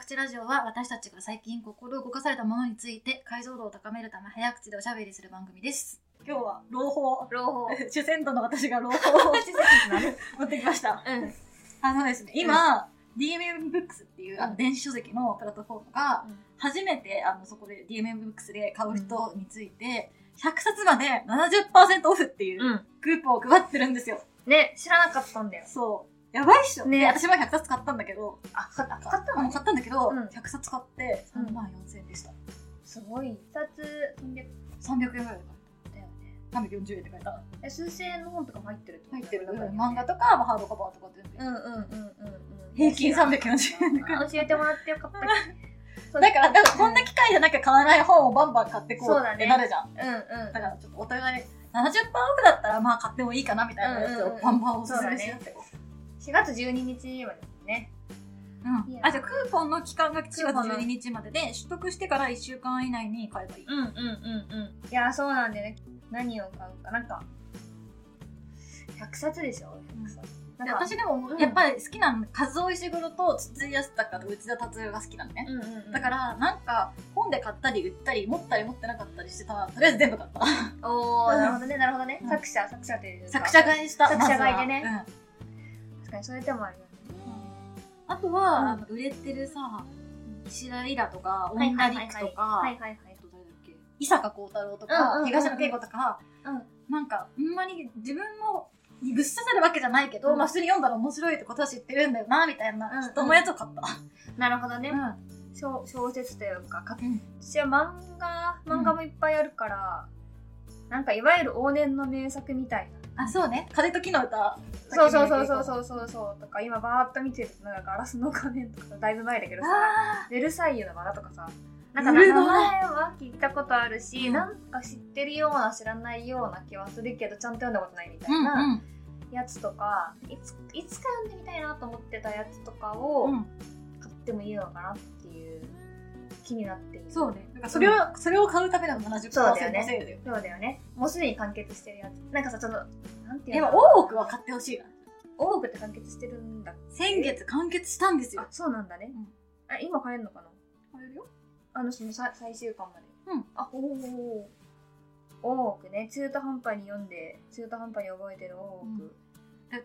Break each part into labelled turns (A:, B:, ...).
A: 口ラジオは私たちが最近心動かされたものについて解像度を高めるため早口でおしゃべりする番組です。
B: 今日は 朗報。
A: 朗報。
B: 主戦度の私が朗報を持ってきました。
A: うん。
B: あのですね、今、DMM Books っていうあの電子書籍のプラットフォームが
A: うん、
B: 初めてあのそこで DMM Books で買う人について、100冊まで70%オフっていう
A: うん。
B: クーポンを配ってるんですよ。
A: ね、知らなかったんだよ。
B: そう。やばいっしょ。
A: ね
B: ね、私も100冊買ったんだけど、
A: あ、買った。
B: 買ったの買ったんだけど、
A: うん
B: 100冊買って
A: うん
B: 3万4000円でした。
A: すごい。一冊300
B: 300円ぐらいだ
A: だ
B: っ
A: よね。
B: た。340円って書いた。
A: え、数千円の本とかも入ってるってこと
B: 入ってる。
A: 中に
B: 漫画とか、まあハードカバーとか全部
A: うんうんうんうんうん。
B: 平均340円で 買う。
A: あ教えてもらってよかったそう
B: だから、だからこんな機会じゃなきゃ買わない本をバンバン買ってこ
A: そう
B: う
A: だ
B: っ
A: ね
B: てなるじゃん。だ
A: うんうん。
B: からちょっとお互い70%オフだったらまあ買ってもいいかなみたいなやつ
A: うんうんう
B: を
A: ん
B: バンバンおすすめし合ってこう。
A: 4月12日までですね。
B: うんあ、じゃあクーポンの期間が4月
A: クーポンの
B: 12日までで、取得してから1週間以内に買えばいい。
A: うんうんうんうん。いや、そうなんだよね。何を買うか。なんか、100冊でしょ ?100 冊。なん
B: で
A: か、
B: 私でも
A: うん
B: やっぱり好きなの、数尾石黒と筒井康隆と内田達郎が好きなのね。
A: うんうんうん、
B: だからなんか本で買ったり売ったり持ったり持ってなかったりしてたらとりあえず全部買った
A: おー、
B: うん
A: なるほどね、なるほどね。
B: うん
A: 作者、作者というか。
B: 作者買いした
A: 作者買いでね
B: まずは
A: 確かに、そういう手もあるよね。
B: あとは、
A: うん
B: あの売れてるさ石田イラと
A: は
B: か
A: いは
B: 女
A: いはい
B: 陸とか、
A: はいはいはい
B: あ。と誰だっけ伊坂幸太郎と
A: うん
B: か、
A: うんうん
B: 東野圭吾とか
A: うん。
B: なんかあんまり自分のにぐっ刺さるわけじゃないけど、
A: うん
B: まあ、普通に読んだら面白いってことは知ってるんだよなみたい
A: うんうん
B: な人のやつを買った、
A: なるほどね。
B: うん
A: 小小説というか、か
B: うん
A: 私は漫画、漫画もいっぱいあるから、なんかいわゆる往年の名作みたいな。
B: あそうね「風と木の歌」
A: そうそうそうそう
B: う
A: そうそうそうとか今バーッと見てるとなんかガラスの仮面とかだいぶ前だけどさ
B: あ
A: ベルサイユのバラとかさなん
B: ベ
A: か名
B: ル
A: 前
B: の
A: は聞いたことあるし、
B: うん
A: なんか知ってるような知らないような気はするけどちゃんと読んだことないみた
B: ーう
A: い
B: んう
A: なんやつとか、いついつか読んでみたいなと思ってたやつとか
B: う
A: を
B: ん
A: 買ってもいいのかなっていう気になっている
B: そうねだからそれを、それを買うための70%
A: そうだよね
B: セールだよ
A: そうだよねもうすでに完結してるやつなんかさちょっとなんていう
B: で
A: の
B: も大奥は買ってほしいな
A: 大奥って完結してるんだ
B: 先月完結したんですよ
A: あそうなんだね、
B: うん
A: あ今買えるのかな
B: 買えるよ
A: あのそのさ最終巻まで。
B: うん。
A: あ、おお。大奥ね、中途半端に読んで、中途半端に覚えてる大奥。
B: うん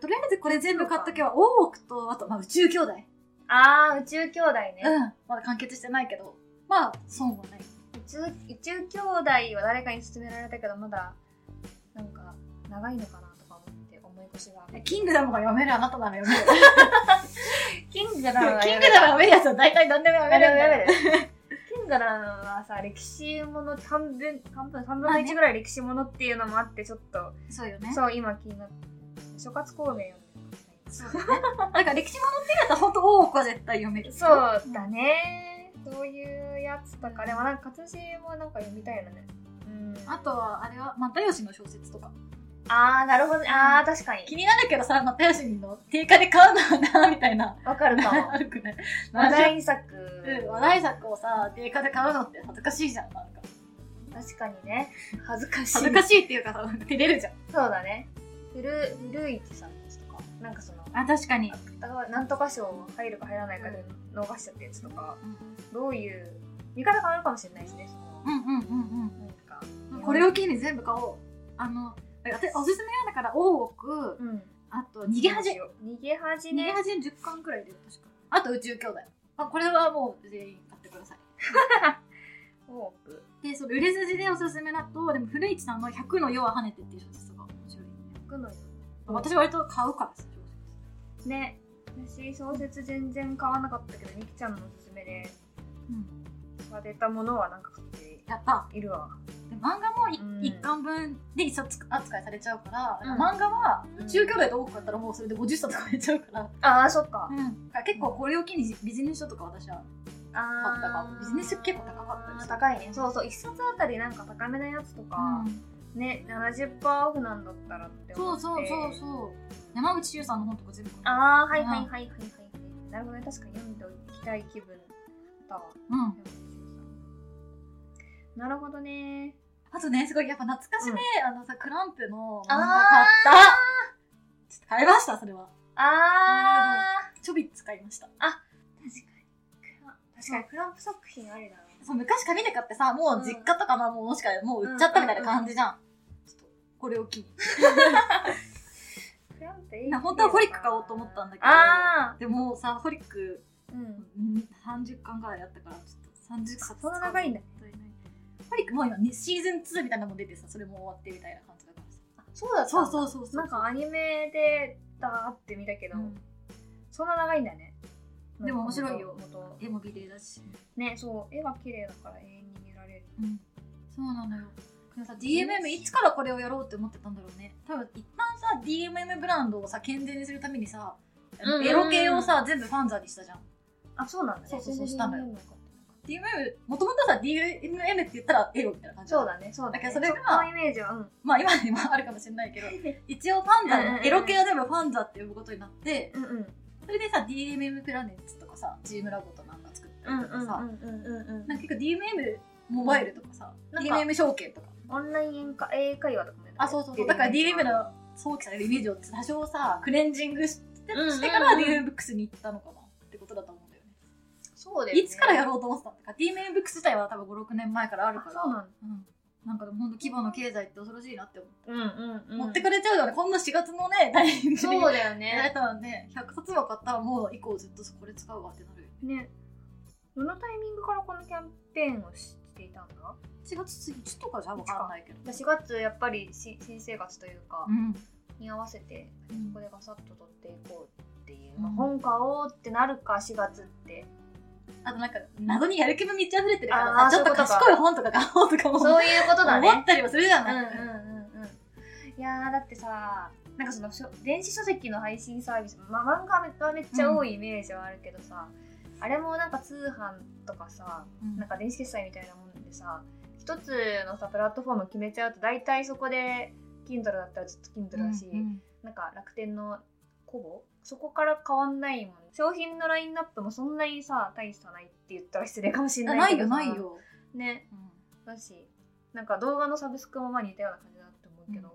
B: とりあえずこれ全部買っとけば大奥とあと、まあ、宇宙兄弟、
A: ああ、宇宙兄弟ね、
B: うんまだ完結してないけどまあ損はない
A: 宇宙。宇宙兄弟は誰かに勧められたけど、まだ、なんか、長いのかなとか思って、思い越しが。
B: キングダムが読めるあなたなら読める
A: キングダムは
B: キングダムが読めるやつは大体何でも読め
A: やめるや
B: るんだよ
A: める。キングダムはさ、歴史もの半分、半分、半分の1ぐらい歴史ものっていうのもあって、ちょっと、
B: そうよね
A: そう、今気になって、諸葛孔明読んでるかもしれない
B: そうだねなんか歴史ものってるやつは本当大奥は絶対読める
A: そうだね。そういうやつとか、でもなんか活字もなんか読みたいよね。うん。
B: あとはあれは又吉の小説とか
A: あー、なるほどね。あー、確かに
B: 気。になるけどさ又吉の定価で買うのはなみたいな
A: わかるか も。
B: 悪くない
A: 話題作。
B: うん話題作をさ定価で買うのって恥ずかしいじゃんなんか
A: 確かにね。恥ずかしい。
B: 恥ずかしいっていうかさ照れるじゃん
A: そうだね。古、古市さんですとか。なんかその、
B: あ確かに
A: なんとか賞入るか入らないかで逃しちゃったやつとか、
B: うん
A: どういう、見方変わるかもしれないしね、その、
B: うんうんう
A: な
B: ん
A: んか。
B: うんこれを機に全部買おうあの私おすすめはだから大奥
A: うん。
B: あと逃げ恥逃
A: 逃げ恥
B: げ
A: ね。
B: 恥10巻くらいで確かあと宇宙兄弟あこれはもう全員買ってください
A: 多く。
B: でそれ売れ筋でおすすめだとでも古市さんの「100の夜は跳ねて」っていう小説が面白いね
A: くのよ。
B: 私割と買うからさ小説
A: ね私小説全然買わなかったけどみきちゃんのおすすめで
B: うん
A: 育てたものはなんか買って
B: やった
A: いるわ
B: で漫画も
A: うん
B: 1, 巻分で1冊扱いされちゃうから、
A: うん
B: 漫画は宇宙兄弟と多く買ったらもうそれで50冊買えちゃうから、
A: ああそっか
B: うん、結構これを機にビジネス書とか私は買ったか
A: あ
B: も
A: ー
B: ビジネス結構高かったです
A: 高いねそうそう一冊あたりなんか高めなやつとか、ね70%オフなんだったらって
B: そ
A: 思っ
B: う
A: て
B: そうそうそう山口周さんの本とか全部あ
A: ああはいはいはいはいはいはいなるほどね確かに読んでおきたい気分だわ
B: うん
A: なるほどね
B: あとねすごいやっぱ懐かしで、あのさクランプの漫画
A: あ
B: 買ったちょっと買いましたそれは
A: ああ
B: ちょびっつ買いました
A: 確かに確かにクランプ作品ありだね。
B: そう昔紙で買ってさ、もう実家とかのものしかもう売っちゃったみたいな感じじゃん。ちょっと、これを機に。
A: クランプいい
B: な本当はホリック買おうと思ったんだけど
A: ああ
B: でもさ、ホリック、
A: うん。
B: うん30巻ぐらいあったから、ちょっと30冊。
A: そんな長いんだ。
B: もったいないホリックもう今ね、シーズン2みたいなのも出てさ、それも終わってみたいな感じだからさ。
A: そうだったん
B: そう
A: だ
B: そうそうそう。
A: なんかアニメでだーって見たけど、
B: うん
A: そんな長いんだね。
B: でも面白いよ
A: 元々
B: 絵も美麗だし。
A: ね、そう、絵は綺麗だから永遠に見られる。
B: うん。そうなのよ。でもさ、DMM いつからこれをやろうって思ってたんだろうね。多分一旦さ、DMM ブランドをさ、健全にするためにさ、あの
A: うんうんうん
B: エロ系をさ、全部ファンザにしたじゃん。
A: あ、そうなんだね。
B: そうそうそ
A: 全
B: う
A: 然
B: したのよ
A: 見えなかった
B: DMM、もともとさ、DMM って言ったらエロみたいな感じ
A: そう
B: だ。
A: だね、そうだね。
B: だからそれが
A: このイメージは、うん。
B: まあ今にもあるかもしれないけど、一応ファンザの、エロ系は全部ファンザって呼ぶことになって、
A: うんうん。
B: それでさ、DMM プラネッツとかさ、チームラボとなんか作った
A: うん
B: り
A: う
B: とかさ、
A: んうんうんうんうん
B: なんか結構 DMM モバイルとかさ、
A: なんか
B: DMM 証券とか。
A: オンラインか英会話とかもやって
B: あ、そうそうそう。だから
A: の
B: DMM の想起されるイメージを多少さ、クレンジングして,、
A: うんうんうん
B: してから DMM ブックスに行ったのかなってことだと思うんだよね。
A: そうだよね
B: いつからやろうと思ってたんだか、DMM ブックス自体は多分5、6年前からあるか
A: あ
B: ら。
A: そうなんだ
B: うんなんかでも本当規模の経済って恐ろしいなって思う。
A: うんうんうん
B: 持ってかれちゃうよね。こんな4月のね、タイミング
A: そう
B: で。
A: だよ
B: やられ
A: ね
B: たらね、100冊は買ったらもう以降ずっとこれ使うわってなるよね。
A: ねどのタイミングからこのキャンペーンをしていたんだ
B: 4月過ぎ1とかじゃわかんないけど。
A: 4月やっぱりし新生活というか
B: うん。
A: に合わせてこれガサッと取っていこうっていう、まあ、
B: うん
A: 本買おうってなるか4月って
B: あとなんか、謎にやる気も満ち溢れてるから
A: あー
B: さ、ちょっと賢い本とか買おうとかも
A: そういうことだ
B: 思
A: ね
B: ったりもするじゃ
A: うんうん
B: ない、
A: うんうんいやーだってさなんかそのしょ電子書籍の配信サービス、まあ、漫画はめっちゃ多いイメージはあるけどさ、あれもなんか通販とかさ
B: うん
A: なんか電子決済みたいなもんでさ一つのさプラットフォーム決めちゃうと大体そこで Kindle だったらずっと Kindle だし、
B: うん
A: なんか楽天のコボそこから変わんないもん商品のラインナップもそんなにさ大差ないって言ったら失礼かもしれ
B: あ
A: な
B: ないい
A: けど
B: よ
A: さ
B: ないよ、
A: ねだしなんか動画のサブスクもまあ似たような感じだと思うけど、
B: うん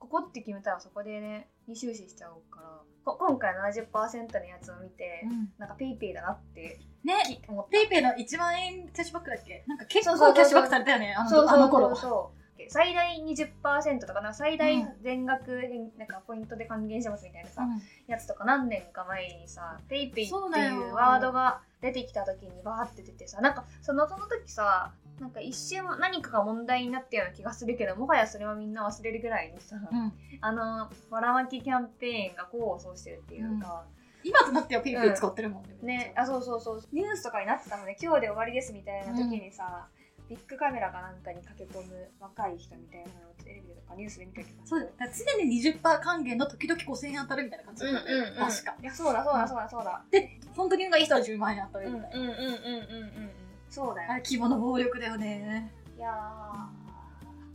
A: ここって決めたらそこでねに終始しちゃうからこ今回70%のやつを見て、
B: うん
A: なんかペイペイだなって
B: ね
A: 思った
B: ペイペイの1万円キャッシュバックだっけなんか結
A: そうそうそうそう
B: 構キャッシュバックされたよねあの
A: そうそうそう
B: あの頃
A: そう最大20%とかな最大
B: うん
A: 全額返なんかポイントで還元しますみたいなさ、
B: うん
A: やつとか何年か前にさ「ペイペイって
B: そうだ
A: い
B: よ
A: うワードが出てきた時にバーって出てさなんかそのその時さなんか一瞬何かが問題になったような気がするけどもはやそれはみんな忘れるぐらいにさ、
B: うん
A: あのばらまきキャンペーンが功を奏してるっていうか、
B: 今となってはペイペイ使ってるもんね、
A: ねあそうそうそうニュースとかになってたのね今日で終わりですみたいな時にさ、ビッグカメラかなんかに駆け込む若い人みたいなのをテレビとかニュースで見た気がす
B: そうだ
A: る
B: よだから常に20%還元の時々5000円当たるみたいな感じだったよね、確か
A: いやそうだそうだそうだそうだ、
B: で本当に運がいい人は10万円当た
A: う
B: る
A: んうんう
B: み
A: ん
B: たい
A: う
B: な、
A: んうんうんそうだよ
B: あれ規模の暴力だよね
A: いやー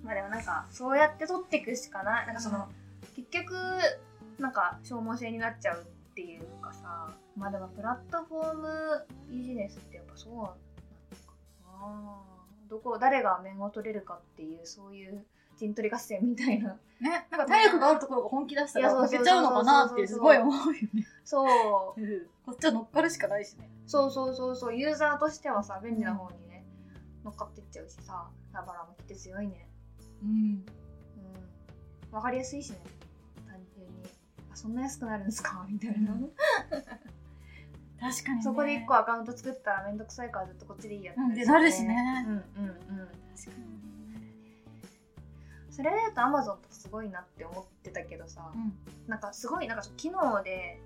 A: まあでもなんかそうやって取っていくしかないなんかその、結局なんか消耗性になっちゃうっていうかさまあでもプラットフォームビジネスってやっぱそうなのかなどこ誰が面を取れるかっていうそういう陣取り合戦みたい な
B: ねなんか体力があるところが本気出した
A: いや
B: ら
A: そう
B: 負
A: そう
B: け
A: そう
B: ちゃうのかなってすごい思うよね
A: そう
B: こっちは乗っかるしかないしね
A: そうそうそうそうユーザーとしてはさ便利な方にね乗っかってっちゃうしさだからもきって強いね
B: うん
A: うん、分かりやすいしね単純にあそんな安くなるんですかみたいな、
B: うん確かにね
A: そこで1個アカウント作ったらめんどくさいからずっとこっちでいいやって
B: うんでなるしね
A: うんうんうん
B: 確かにね
A: それで言うとアマゾンとかすごいなって思ってたけどさ、
B: うん
A: なんかすごいなんか機能で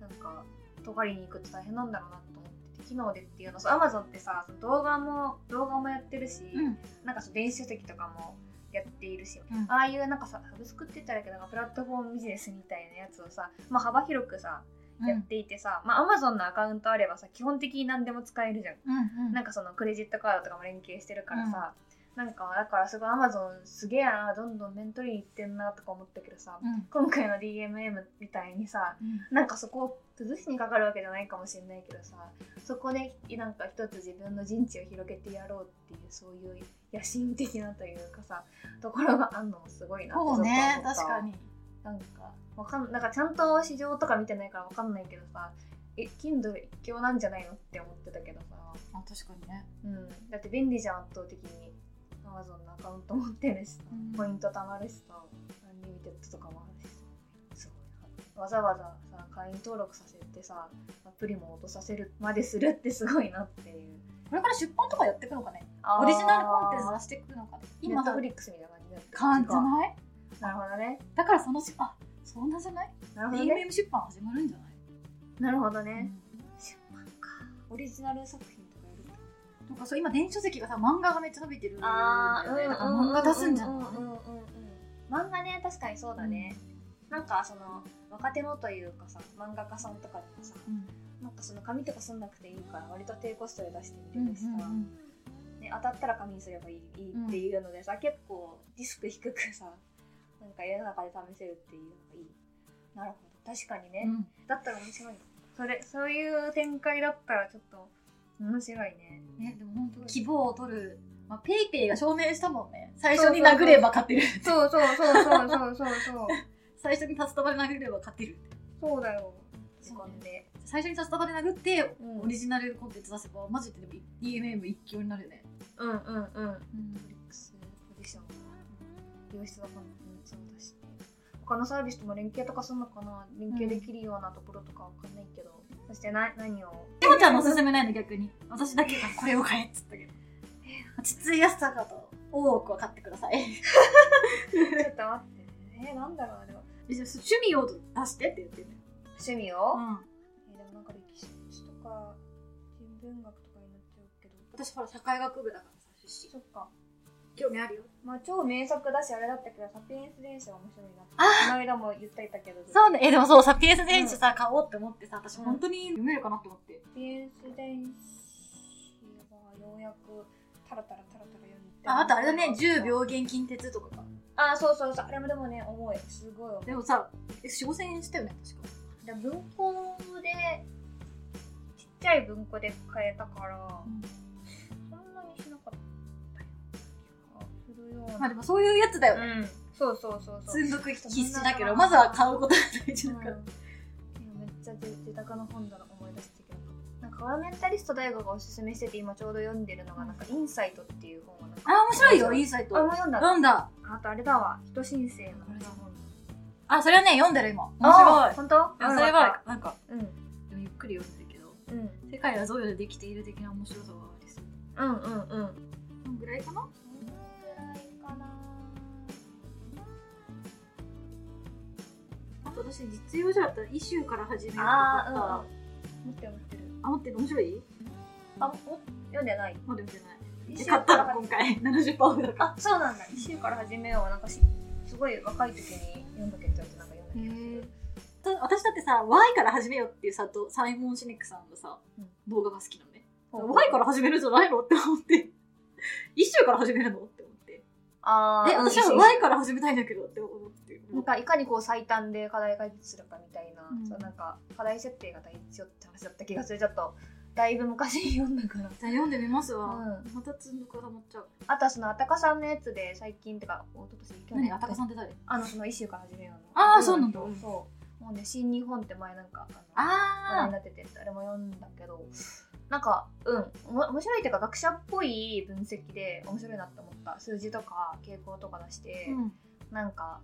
A: なんか尖りに行くって大変なんだろうなと思ってて機能でっていうのアマゾンってさその動画も動画もやってるし、
B: うん
A: なんかその電子書籍とかもやっているし、
B: うん
A: ああいうなんかさサブスクって言ったらいいけどなんかプラットフォームビジネスみたいなやつをさ、まあ、幅広くさやっていてさ、まあ、Amazon のアカウントあればさ基本的に何でも使えるじゃん、
B: うん
A: なんかそのクレジットカードとかも連携してるからさ、なんかだからすごい Amazon すげえなどんどん面取りに行ってんなとか思ったけどさ、
B: うん
A: 今回の DMM みたいにさなんかそこを崩しにかかるわけじゃないかもしれないけどさそこでなんか一つ自分の陣地を広げてやろうっていうそういう野心的なというかさところがあんのもすごいなって
B: そうね
A: ちょっと思った
B: 確かに
A: なんかわかんなんかちゃんと市場とか見てないからわかんないけどさえ Kindle 一強なんじゃないのって思ってたけどさ
B: あ確かにね
A: うん、だって便利じゃん圧倒的に Amazon のアカウント持ってるしさ、
B: うん
A: ポイント貯まるしさアンリミテッドとかもあるしさすごいなわざわざさ会員登録させてさアプリも落とさせるまでするってすごいなっていう
B: これから出版とかやっていくのかねオリジナルコンテンツ
A: だ
B: 出していくのかね
A: 今ネ
B: 今
A: ッ
B: さ
A: トフリックスみたいな感じになってる
B: 感じない
A: なるほどね
B: だからそのしあそんなじゃない
A: なるほどね
B: DMM 出版始まるんじゃない、
A: なるほど
B: う
A: ね、
B: ん
A: 出版かオリジナル作品とかやる
B: なんかそう今電子書籍がさ漫画がめっちゃ伸びてるんだ
A: あ
B: よ
A: ー
B: ねだから漫画出すんじゃない、
A: うううんうんうん漫画ね確かにそうだね、なんかその若手のというかさ漫画家さんとかでもさ
B: うん
A: なんかその紙とかすんなくていいから割と低コストで出してみ
B: うん
A: るしさ、
B: うん
A: ね、当たったら紙にすればいいいいっていうのでさ、結構リスク低くさなんか世の中で試せるっていうのがいいなるほど確かにね、
B: うん
A: だったら面白いなそれそういう展開だったらちょっと面白いね
B: ね、でも本当希望を取る、まあ、ペイペイが証明したもんね最初に殴れば勝てる
A: そうそうそうそうそう そうそう
B: 最初に札束で殴れば勝てる
A: そうだよ。時
B: そうね
A: 間で。
B: 最初に札束で殴って
A: うん
B: オリジナルコンテンツ出せばマジででも DMM 一強になるね、
A: うんうんうん。フ
B: うん
A: リックスポジションは、良質だから、そうだし。他のサービスとも連携とかするのかな連携できるようなところとかわかんないけど。そしてな何を
B: でもちゃんのおすすめないの逆に私だけがこれを買えっつったけど落ち着いやすさかと大奥は買ってくださ い
A: ちょっと待って。えー、なんだろうあれは。
B: 趣味を出してって言ってるね、
A: 趣味を、
B: ん、
A: えーでもなんか歴史とか人文学とかになっちゃうけど。
B: 私ほら社会学部だからさ出身
A: そっか。
B: 興味あるよ
A: まあ超名作だしあれだったけど、サピエンス電車は面白いなって。
B: あ
A: この間も言っていたけど。
B: そうね、え、でもそう、サピエンス電池さ、買おうって思ってさ、私本当に読めるかなって思って。
A: ピエンス電子はようやくタラタラタラタラ読んで
B: あ、あとあれだね、10秒減金鉄とかか。
A: あそうそうそうあれもでもね重いすごい重い
B: でもさ、え、4、5000円したよね、確か。
A: で文庫でちっちゃい文庫で買えたからそんなにしなかったような気がするような、
B: まあでもそういうやつだよ
A: う
B: ね。
A: んそうそうそうそう
B: 積んどく必須だけ
A: そ
B: ど、
A: んな
B: まずは買うことが大事だ
A: うん
B: か
A: いや
B: ら。
A: めっちゃ自自宅の本棚思い出してきたけどなんかガーメンタリスト大学がおすすめしてて今ちょうど読んでるのがなんかインサイトっていう本がなんか
B: あ、面白いよ、インサイ
A: あ
B: ト。
A: もう読んだ
B: 読んだ。
A: あとあれだわ、人申請の
B: あれだあ、それはね、読んだら今。面
A: あ
B: 白
A: ー
B: い。
A: 本当
B: いやそれは、なんか、
A: うん、うん、
B: でもゆっくり読んでるけど、
A: うん、
B: 世界は贈与でできている的な面白さがありそう。
A: うん、うん、うん。
B: こんぐらいかなあと私、実用書だったら、イシューから始めようと思った
A: あ持ってる持ってる。
B: あ、待って、面白い
A: あ、お読んでない。
B: まだ読んでない。
A: 一
B: で
A: 週か
B: 買ったら
A: ら
B: 今 回70%オフだから
A: あ、そうなんだ。一週から始めよう。なんかし、すごい若い時に読んだけど、なんか読んだ気がする。
B: 私だってさ Y から始めようっていうさとサイモン・シネックさんのさ、
A: うん
B: 動画が好きなのね
A: ほう
B: Y から始めるんじゃないのって思って 一週から始めるのって思って
A: あー
B: え私は Y から始めたいんだけどって思って
A: なんかいかにこう最短で課題解決するかみたいな、
B: うん
A: そうなんか課題設定が大事よって話だった気がするちょっとだいぶ昔に読んだから
B: じゃあ読んでみますわ、
A: う
B: またつんどくはまっちゃう
A: あとはそのあたかさんのやつで最近てか一昨年去
B: 何
A: 年
B: あたかさんって誰
A: あのその一週から始めようの
B: あーそうなんだ
A: そうもうね新日本って前なんかあの話題
B: あ
A: になっててあれも読んだけどなんかうんおも面白いっていうか学者っぽい分析で面白いなって思った数字とか傾向とか出して、
B: うん
A: なんか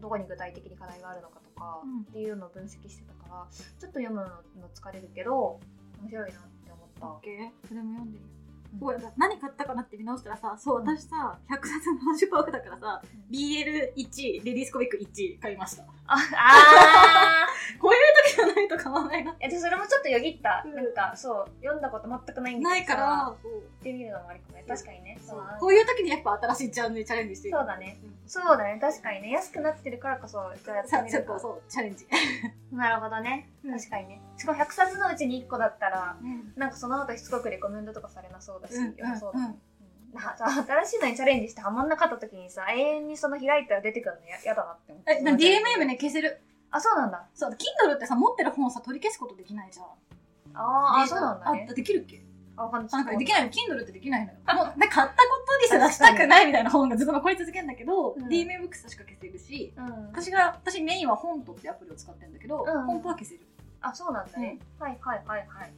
A: どこに具体的に課題があるのかとか
B: うん
A: っていうのを分析してたからちょっと読むの疲れるけど面白いなって思った
B: オッケーそれも読んでみよ
A: うん
B: う、こう何買ったかなって見直したらさそう私さ100冊の70%オフだからさ
A: うん
B: BL1 レディースコミック1買いました
A: ああー
B: こういう時じゃないと買わないな。
A: えでそれもちょっとよぎった、
B: うん
A: なんかそう読んだこと全くないんだ
B: な
A: け
B: い
A: ど
B: か
A: さ
B: ら、
A: 行ってみるのもありかもね確かにね
B: そ
A: そうう
B: こういう時にやっぱ新しいジャンルにチャレンジしていく
A: そうだねそうだね確かにね安くなってるからこそ一回やって
B: さ
A: み
B: ちょ
A: る
B: っ
A: か
B: とそう、チャレンジ。
A: なるほどね確かにねしかも100冊のうちに1個だったら
B: うん
A: なんかその後しつこくレコメンドとかされなそうだし、
B: うん
A: 良さそうだね、うんなんかさ新しいのにチャレンジしてハマんなかった時にさ永遠にその開いたら出てくるのややだなって思って
B: え、なんか DMM ね、消せる。
A: あそうなんだ
B: そう、Kindle ってさ、持ってる本をさ、取り消すことできないじゃん。
A: あーあ
B: デー
A: そ
B: タ
A: うなんだね
B: あ、できるっけ
A: あわかん
B: あなんかできないの、Kindle ってできないのよ。もう、で買ったこと
A: 確
B: に
A: か
B: さ、
A: に
B: 出したくないみたいな本がずっと残り続けるんだけど、
A: うん
B: DMM ブックスしか消せるし、
A: うん、
B: 私が、私メインは本とってアプリを使ってるんだけど、
A: うん
B: 本当は消せる。
A: あそうなんだね、はいはいはいはい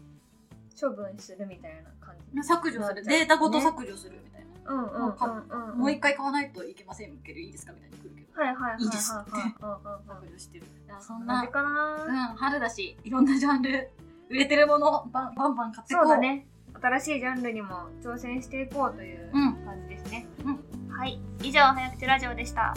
A: 処分するみたいな感
B: 削除するデータごと削除するみたいな、
A: うんうん
B: なんか
A: うんうん
B: もう一回買わないといけませんけどいいですかみたいに来るけど
A: はいはいはいはい
B: いいです
A: はいはい
B: 削除してるだからそ
A: うんんな
B: なん
A: で、か
B: う、
A: なん
B: 春だしいろんなジャンル売れてるものバンバンバン買ってこ
A: そううだね新しいジャンルにも挑戦していこうという
B: うん
A: 感じですね
B: うん
A: はい以上早口ラジオでした